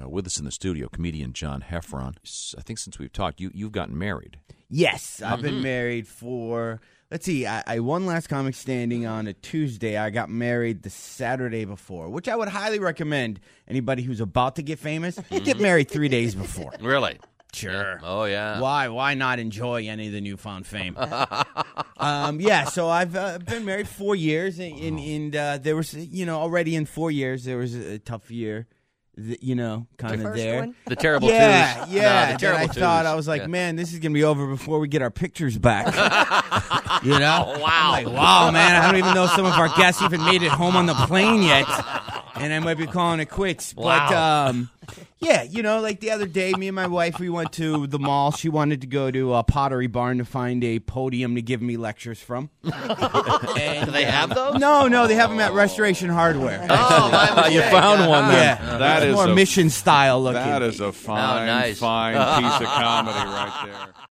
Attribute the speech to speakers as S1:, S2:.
S1: Uh, with us in the studio, comedian John Heffron. S- I think since we've talked, you you've gotten married.
S2: Yes, I've been married for. Let's see, I, I won Last Comic Standing on a Tuesday. I got married the Saturday before, which I would highly recommend anybody who's about to get famous get married three days before.
S3: Really?
S2: Sure.
S3: Oh yeah.
S2: Why? Why not enjoy any of the newfound fame? um, yeah. So I've uh, been married four years, and, and, and uh, there was, you know, already in four years there was a tough year, that, you know, kind of
S4: First
S2: there.
S4: one.
S3: the terrible
S2: Yeah,
S3: twos.
S2: yeah.
S3: No, the
S2: And
S3: terrible
S2: I thought
S3: twos.
S2: I was like,
S3: Yeah.
S2: man, this is gonna be over before we get our pictures back. you know?
S3: wow.
S2: I'm like, wow, man. I don't even know if some of our guests even made it home on the plane yet, and I might be calling it quits. But
S3: Wow.
S2: um, yeah, you know, like the other day, me and my wife we went to the mall. She wanted to go to a Pottery Barn to find a podium to give me lectures from.
S3: Do they have those?
S2: No, no, they have them at Restoration Hardware.
S3: Oh, my
S1: you
S3: mistake.
S1: found one.
S2: yeah,
S1: Then.
S2: It's
S5: That is
S2: more Oh,
S5: a-
S2: mission style looking.
S5: That is a fine,
S3: nice.
S5: fine piece of comedy right there.